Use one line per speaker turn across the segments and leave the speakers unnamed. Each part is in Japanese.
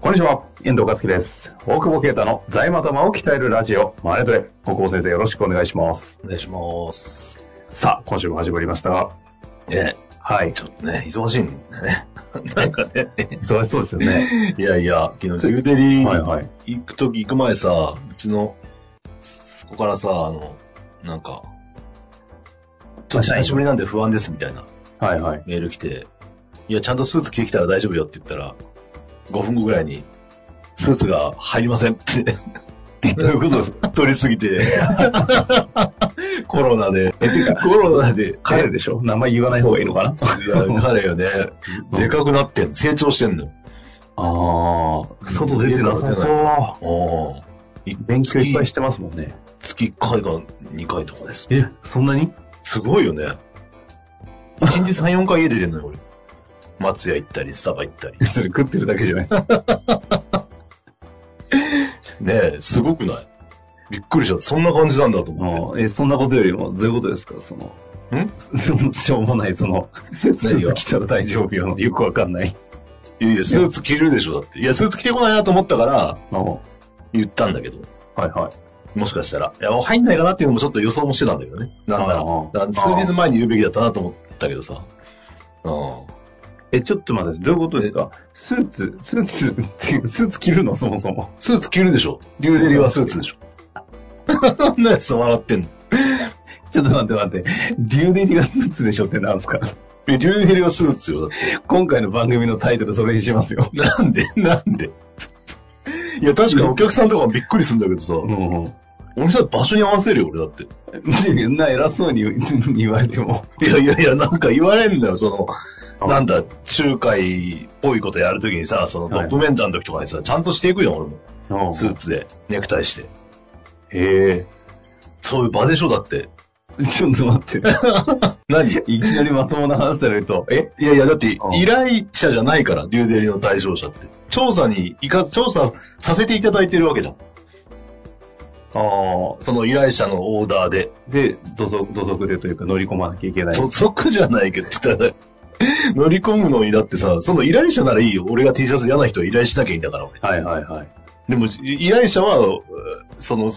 こんにちは、遠藤和樹です。大久保啓太の財務頭を鍛えるラジオ、マネトレ。大久保先生、よろしくお願いします。
お願いします。
さあ、今週も始まりましたが、
え、
はい、
ちょっとね、忙しいんだね。なんかね、
忙しそうですよね。
いやいや、昨日、ゼグデリ
はい
ー
はい。
行くとき、行く前さ、うちの、そこからさ、あの、なんか、ちょっと久しぶりなんで不安ですみたいな
はいはい。
メール来て、いや、ちゃんとスーツ着てきたら大丈夫よって言ったら、5分後ぐらいに、スーツが入りませんって。
どういうことですか
取りすぎ て。コロナで、コロナで、
彼でしょ名前言わない方がいいのかな
そうそうそういや彼よね、でかくなってんの成長してんのよ。
ああ、外出てなさそう。
おー
勉強いっぱいしてますもんね。
月1回か2回とかです。
え、そんなに
すごいよね。1日3、4回家出てんのよ、俺。松屋行ったり、スタバ行ったり。
それ食ってるだけじゃない。
ねえ、すごくないびっくりした。そんな感じなんだと思っ
え、そんなことよりも、どういうことですかその、
て。ん
その、しょうもない、その、スー ツ着たら大丈夫よの、よくわかんない。
いやいや、スーツ着るでしょ、だって。いや、スーツ着てこないなと思ったから、
あー
言ったんだけど。
はいはい。
もしかしたら。いや、入んないかなっていうのもちょっと予想もしてたんだけどね。なんなら。
あー
だから数日前に言うべきだったなと思ったけどさ。うん。
え、ちょっと待って、どういうことですかスーツ、スーツっていう、スーツ着るのそもそも。
スーツ着るでしょ。リュウデリはスーツでしょ。 何やつ笑ってんの
ちょっと待って待って、デューデリがスーツでしょってなんですか
え、リュウデリはスーツよ。だって
今回の番組のタイトルそれにしますよ。
なんでなんでいや、確かにお客さんとかもびっくりするんだけどさ。
うん。
俺さ、場所に合わせるよ、俺だって。
な、偉そうに言われても。
いやいやいや、なんか言われんだよ、その、なんだ、仲介っぽいことやるときにさ、そのド
はい
キュメンタの時とかにさ、ちゃんとしていくよ、俺も。ス
ス
ー
ーツ。
ツで、ネクタイして。
へ
そういう場でしょ、だって。
え。ちょっと待 って。
何
いきなりまともな話されると、え
いやいや、だって
う、ん
依頼者じゃないから、デューデリの対象者って。調査に、いか、調査させていただいてるわけじゃん。
ああ。
その依頼者のオーダーで。
で、土足、土足でというか乗り込まなきゃいけない。
土足じゃないけど、ただ、乗り込むのにだってさ、その依頼者ならいいよ。俺が T シャツ嫌な人は依頼しなきゃいいんだから、俺。
はいはいはい。
でも、い依頼者は、うその、違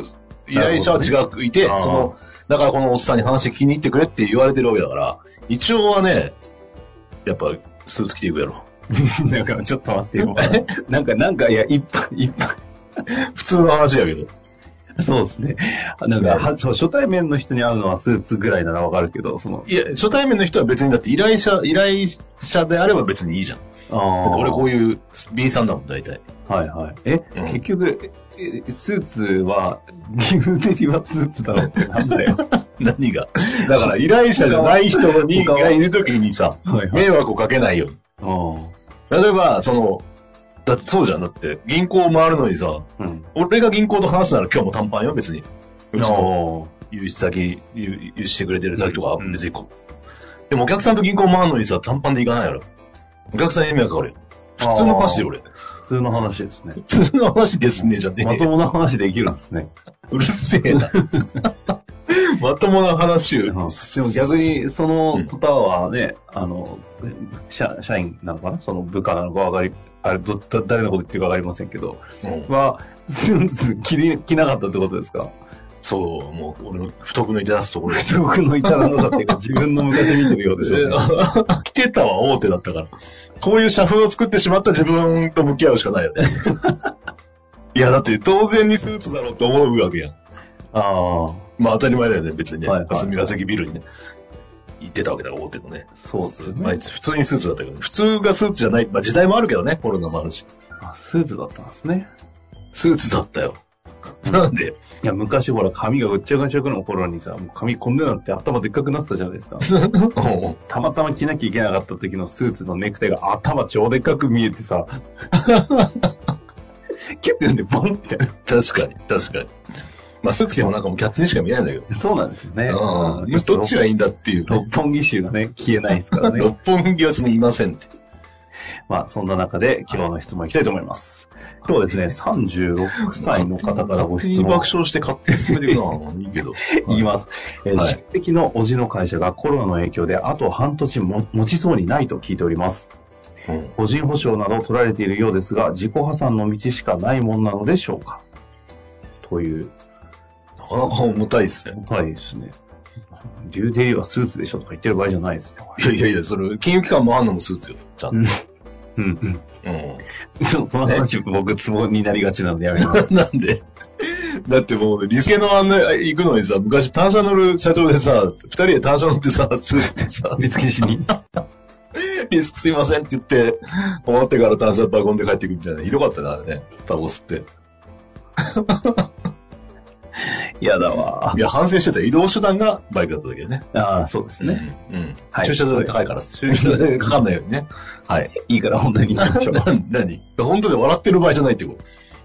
う、依頼者は違くいて、
なるほ
そ
どね
の、だからこのおっさんに話聞きに行ってくれって言われてるわけだから、一応はね、やっぱ、スーツ着ていくやろ。
なんか、ちょっと待って よ。なんか、なんか、いや、一般、一般。
普通の話やけど。
そうですね。なんか、はそう初対面の人に会うのはスーツぐらいならわかるけど、その、
いや、初対面の人は別にだって依頼者、依頼者であれば別にいいじゃん。だ
あ
って俺こ
いう
いう B さんだもん、大体。
う。はいはい。え、
うん
結局、えスーツは、ギブデリはスーツだろってなん だよ。
何が。だから依頼者じゃない人に
他は
がいるときにさ、
はいはい。
迷惑をかけないように。
う
例えば、その、だってそうじゃん。だって銀行を回るのにさ、
ん。
俺が銀行と話すなら今日も短パンよ、別に。うちの
お
融資先、融融資してくれてる先とか
うん
別にこう。でもお客さんと銀行回るのにさ、短パンで行かないやろ。お客さんに迷惑かかるよ。普通の歌詞で俺。
普通の話ですね。
普通の話ですね、じゃねえよ
まともな話できるんですね。
うるせえな。 まともな話
で
を
も。逆に、その
うん
方はね、あの、社社員なのかなその部下なのかわかり、あれ、ど、だ誰のこと言ってるかわかりませんけど、
うん
は、スーツ着り着なかったってことですか
そう、もう俺の不徳の出すところで。
僕のいたらのだっていうか、自分の昔見てるようでしょうね。
来てたは大手だったから。こういう社風を作ってしまった自分と向き合うしかないよ ね。いや、だって当然にスーツだろうと思うわけやん。
ああ、
まあ当たり前だよね、別にね。
はいはい
霞ヶ関ビルにね。行ってたわけだから、大手のね。
そうです
まあ
ね。
普通にスーツだったけど、普通がスーツじゃない。まあ時代もあるけどね、コロナもあるし。
あスーツだったんですね。
スーツだったよ。なんで
いや、昔ほら、髪がぐっちゃぐちゃの頃にさ、もう髪こんでなって頭でっかくなってたじゃないですか。
おう
たまたま着なきゃいけなかった時のスーツのネクタイが頭超でっかく見えてさ、キュッてなんでボンみたいな。
確かに、確かに。まあ、スーツ着てもなんかもうキャッチにしか見えないんだけど。
そうなんですよね。
うん。どっちがいいんだっていうね。
六本木州がね、消えないですからね。
六本木は別にいませんって。
まあ、そんな中で、昨日の質問いきたいと思います。今日ですね、36歳の方からご質
勝手に
問
爆笑して勝手に進めていくのはいい けど。
言い
は
ます。えー
はい
親戚のおじの会社がコロナの影響であと半年も持ちそうにないと聞いております。
い。うん
個人保証など取られているようですが、自己破産の道しかないもんなのでしょうかという。
なかなか重たいっすね。
はいですね。デューデイはスーツでしょとか言ってる場合じゃないですね。
いやいやいや、それ、金融機関もあんのもスーツよ。ちゃんと。
うん
うん。
うん。そその話、僕、ツボになりがちなんでやめ ます。
なんで だってもう、リスケの案内行くのにさ、昔単車乗る社長でさ、二人で単車乗ってさ、スーツでさ、
見つけしに。
リスクすいませんって言って、終わってから単車運んで帰ってくるみたいな。ひどかったな、あれね。タバコ吸って。
嫌だわ
い。や、反省してた。移動手段がバイクだっただけね。
ああ、そうですね。。
うん。
はい
駐車場で高いから、駐車場でかかんないようにね。 はい。
いいから本題にしましょう。
何本当で笑ってる場合じゃないってこと。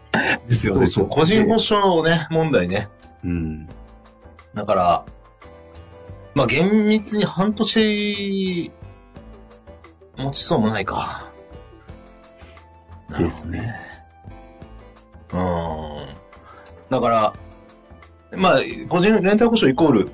ですよ
そ
ね。
うそう。個人保証をね、問題ね。
うん。
だから、まあ、厳密に半年、持ちそうもないか。
ですね。
うーん。だから、まあ、個人レンタル保証イコール、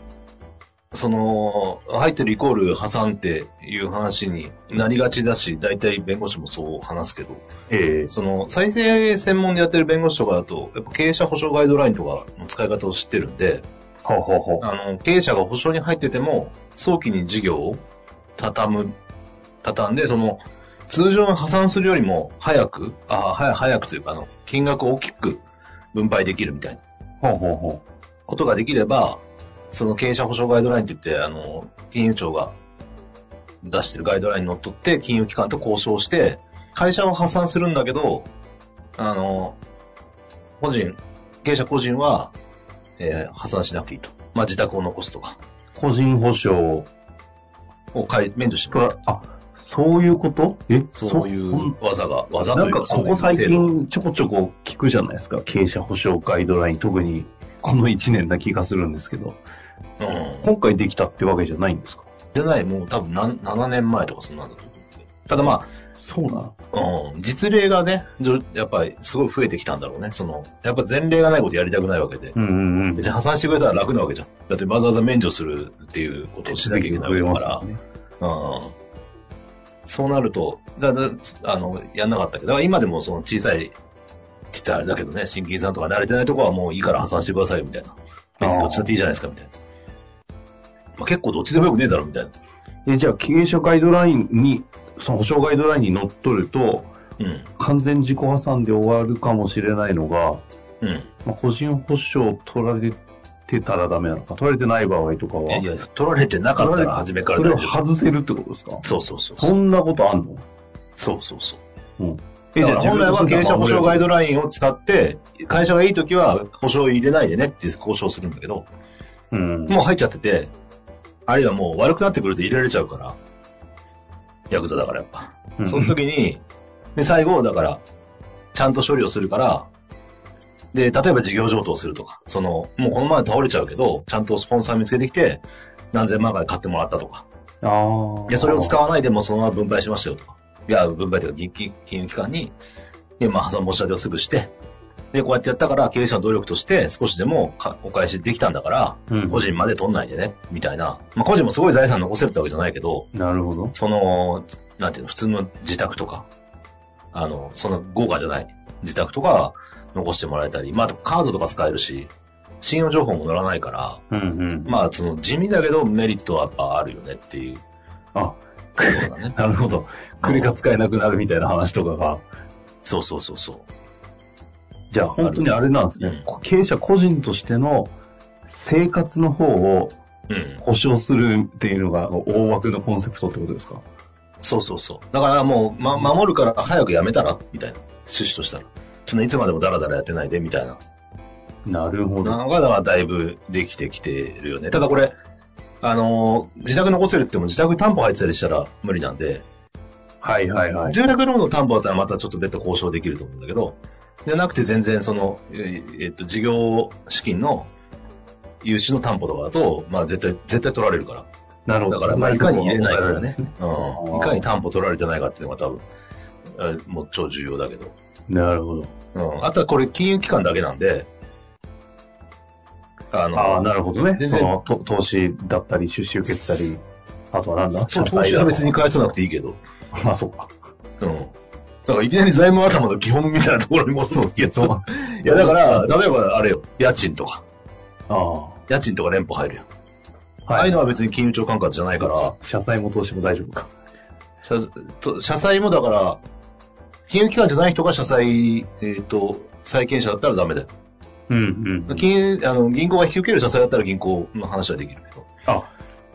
その、入ってるイコール破産っていう話になりがちだし、大体弁護士もそう話すけど、
ええ
その、再生専門でやってる弁護士とかだと、やっぱ経営者保証ガイドラインとかの使い方を知ってるんで、
ほうほうほう。
あの、経営者が保証に入ってても、早期に事業を畳む、畳んで、その、通常の破産するよりも早く、あ早早くというか、あの、金額を大きく分配できるみたいな
ほうほうほ
ことができれば、その経営者保証ガイドラインって言って、あの、金融庁が出してるガイドラインにのっとって、金融機関と交渉して、会社を破産するんだけど、あの、個人、経営者個人は、えー破産しなくていいと。まあ、自宅を残すとか。
う。個人保証
を解免除してく
と
れ
は、あ、そういうことえ
そうい
そん
う技が、技
な
と
ん
いう
か
か、そ
こ
ういう
こ最
制度。
近ちょこちょこ聞くじゃないですか。経営者保証ガイドライン、特にこの1年な気がするんですけど、
うん。
今回できたってわけじゃないんですか
じゃない、もう多分な7年前とかそんなんだと思う。ただま
そうなの
あ、うん、実例がね、じょやっぱりすごい増えてきたんだろうね。その、やっぱ前例がないことやりたくないわけで。
うんうんうん。
別に破産してくれたら楽なわけじゃん。だってわざわざ免除するっていうことをしなきゃいけないわけだから。
ね。
うんそうなると、だだあのやんなかったけど、だから今でもその小さい、ちってあれだけどね、新金さんとか慣れてないとこはもういいから破産してくださいよみたいな。別にどっちだっていいじゃないですかみたいな。まあ、結構どっちでもよくねえだろみたいな。
え、じゃあ経営者ガイドラインに、その保証ガイドラインに乗っ取ると、
うん。
完全自己破産で終わるかもしれないのが、
うん。
まあ、個人保証取られてたらダメなのか、取られてない場合とかは、
えいや、取られてなかったら初めから
それ
大
を
丈夫。
外せるってことですか
そうそうそう。
そんなことあんの
そうそうそう。
うん。
えじゃあ本来は経営者保証ガイドラインを使って、会社がいいときは保証入れないでねって交渉するんだけど、
うん。
もう入っちゃってて、あるいはもう悪くなってくると入れられちゃうから、ヤクザだからやっぱ。
うん
その時に、で、最後、だから、ちゃんと処理をするから、で、例えば事業譲渡をするとか、その、もうこの前倒れちゃうけど、ちゃんとスポンサー見つけてきて、何千万回買ってもらったとか、
ああ。
いや、それを使わないでもうそのまま分配しましたよとか、いや、分配というか、銀金金融機関に、いや、まあ、破産申し立てをすぐして、で、こうやってやったから、経営者の努力として少しでもかお返しできたんだから、
うん
個人まで取んないでね、みたいな。まあ、個人もすごい財産残せるってわけじゃないけど、
なるほど。
その、なんていうの、普通の自宅とか、あの、そんな豪華じゃない自宅とか残してもらえたり、まあ、あとカードとか使えるし、信用情報も載らないから、
うんうん。
まあ、その地味だけどメリットはやっぱあるよねっていう
あ、
ことだね。
なるほど。国が使えなくなるみたいな話とかが。
そうそうそうそう。
じゃあ本当にあれなんですね。
う
経営者個人としての生活の方を
うん。
保障するっていうのが大枠のコンセプトってことですか
そうそうそう。だからもう、ま、守るから早くやめたらみたいな。趣旨としたら。そのいつまでもダラダラやってないで、みたいな
なるほど。
なのが、だからだいぶできてきてるよね。ただこれ、あのー自宅残せるって言っても自宅担保入ってたりしたら無理なんで、
はいはいはい。
住宅ローンの担保だったらまたちょっと別途交渉できると思うんだけど、じゃなくて全然その、ええっと、事業資金の融資の担保とかだと、まあ絶対、絶対取られるから。
なるほど。
だから、まあ、いかに入れないか
から
ね。。うん。いかに担保取られてないかっていうのが多分、えもう超重要だけど。
なるほど。
うん。あとはこれ金融機関だけなんで、あの、
ああ、なるほどね。
全
そ
然
の、と投資だったり、出資受けてたり、あとはなんだ
と投資は別に
か。
返さなくていいけど。
まあ、そうか。
うん。だからいきなり財務頭の基本みたいなところに戻るけど。いや、だから、例えばあれよ、家賃とか。
ああ。は
家賃とか連保入るよ。
い。
ああいうのは別に金融庁管轄じゃないから、
社債も投資も大丈夫か。
社と社債もだから、金融機関じゃない人が社債、えっ、と、債権者だったらダメだよ。
うんうん。
金融あの銀行が引き受ける社債だったら銀行の話はできるけど。
あ、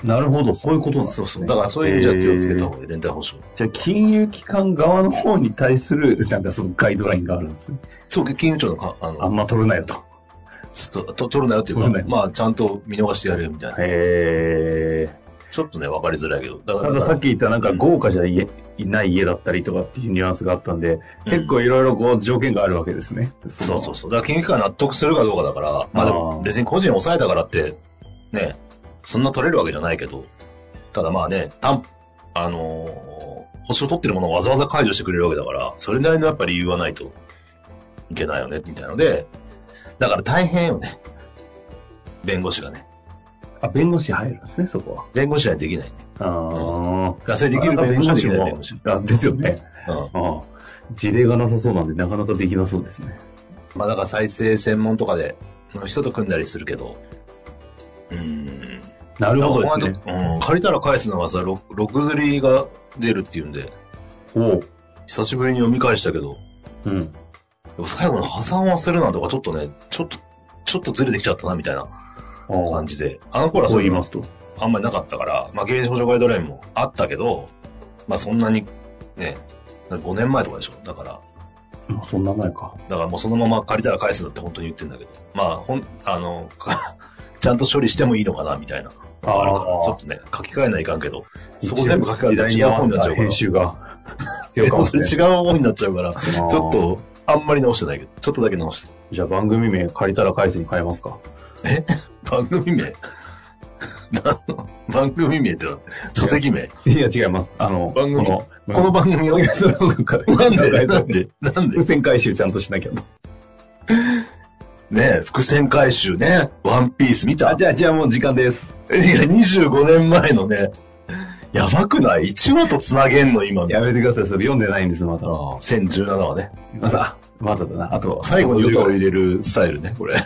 なるほど。そういうことなんです
そ
ね
うそう。だからそういう意味じゃ手をつけた方がいい。連帯保証。
じゃあ、金融機関側の方に対する、なんかそのガイドラインがあるんですね。
そう、金融庁のか、あ
あん
の、
ま取れないよと。
ちょっとと取るなよっていう
取る
か、
なよ
まあ、ちゃんと見逃してやるよみたいな。
へえ。
ちょっとね、わかりづらいけど。だか
た
ら、
ださっき言ったなんか豪華じゃいいない家だったりとかっていうニュアンスがあったんで、結構いろいろこう条件があるわけですね。
そうそう
う。
そう。だから、金融機関が納得するかどうかだから、まあで
あー
も、別に個人抑えたからって、ね、そんな取れるわけじゃないけど、ただまあね、担あのー、保証取ってるものをわざわざ解除してくれるわけだから、それなりのやっぱり理由はないといけないよね、みたいなので、だから大変よね。弁護士がね。
あ、弁護士入るんですね、そこは。
弁護士はできないね。
あ
だからそれできる弁護士はできない弁護士。
あですよね。
うん。
あ事例がなさそうなんで、なかなかできなそうですね。
まあだから再生専門とかで、の人と組んだりするけど、うーん。
なるほどです
だ
ね
か。らお前とうん、借りたら返すのがさ、ろ6釣りが出るっていうんで、
おう。
久しぶりに読み返したけど、
うん。
でも最後の破産はするなとか、ちょっとね、ちょっと、ちょっとずれてきちゃったなみたいな
あ
感じで、あの頃は
そ
そううい
言いうま
の
すと。
あんまりなかったから、まあ、経営保障ガイドラインもあったけど、まあそんなに、ね、5年前とかでしょ。だから、
まあそんな前か。
だからもうそのまま借りたら返すんだって本当に言ってんだけど、まあ、ほん、あの、 かちゃんと処理してもいいのかなみたいな。あるから、ちょっとね、書き換えないかんけど、そこ全部書き換えたら
時代に合
違う本
わ
になっちゃ
な
うから
編。集が。
えっと それ違う本になっちゃうから、ち
ち
ょっ。と、あんまり直してないけど、ちょっとだけ直して。
じゃあ番組名借りたら返せに変えますか。
え番組名 何の番組名ってのは書籍名
いや、違います。あの、
番組
この、
この番組をなん
そうなんか
でなんでなんで
伏線回収ちゃんとしなきゃと。
ねえ、伏線回収ね、ワンピース見た
あ、じゃあ、じゃあもう時間です。
えいや、25年前のね、やばくない ?1 話と繋げんの今の。
やめてください。それ読んでないんです、まだ。
1017話ね。
まだ、まだだな。あと、
最後にヨタを入れるスタイルね、これ。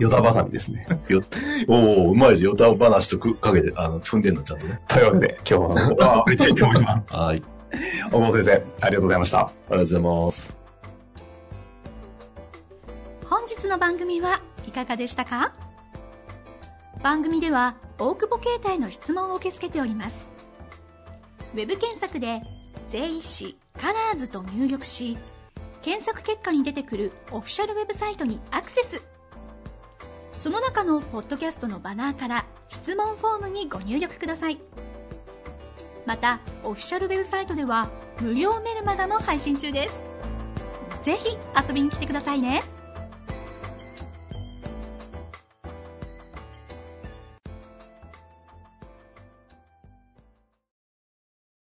ヨタバサミですね。
よおおうまいじゃん。ヨタ話とくかけて、あの、踏んでんの、ちゃんとね。
というわけで、今日は、ああ、見たいと思います。
はい。
小郷先生、ありがとうございました。
ありがとうございます。
本日の番組はいかがでしたか番組では大久保携帯の質問を受け付けておりますウェブ検索で「税理士カラーズと入力し検索結果に出てくるオフィシャルウェブサイトにアクセスその中のポッドキャストのバナーから質問フォームにご入力くださいまたオフィシャルウェブサイトでは無料メルマガも配信中ですぜひ遊びに来てくださいね。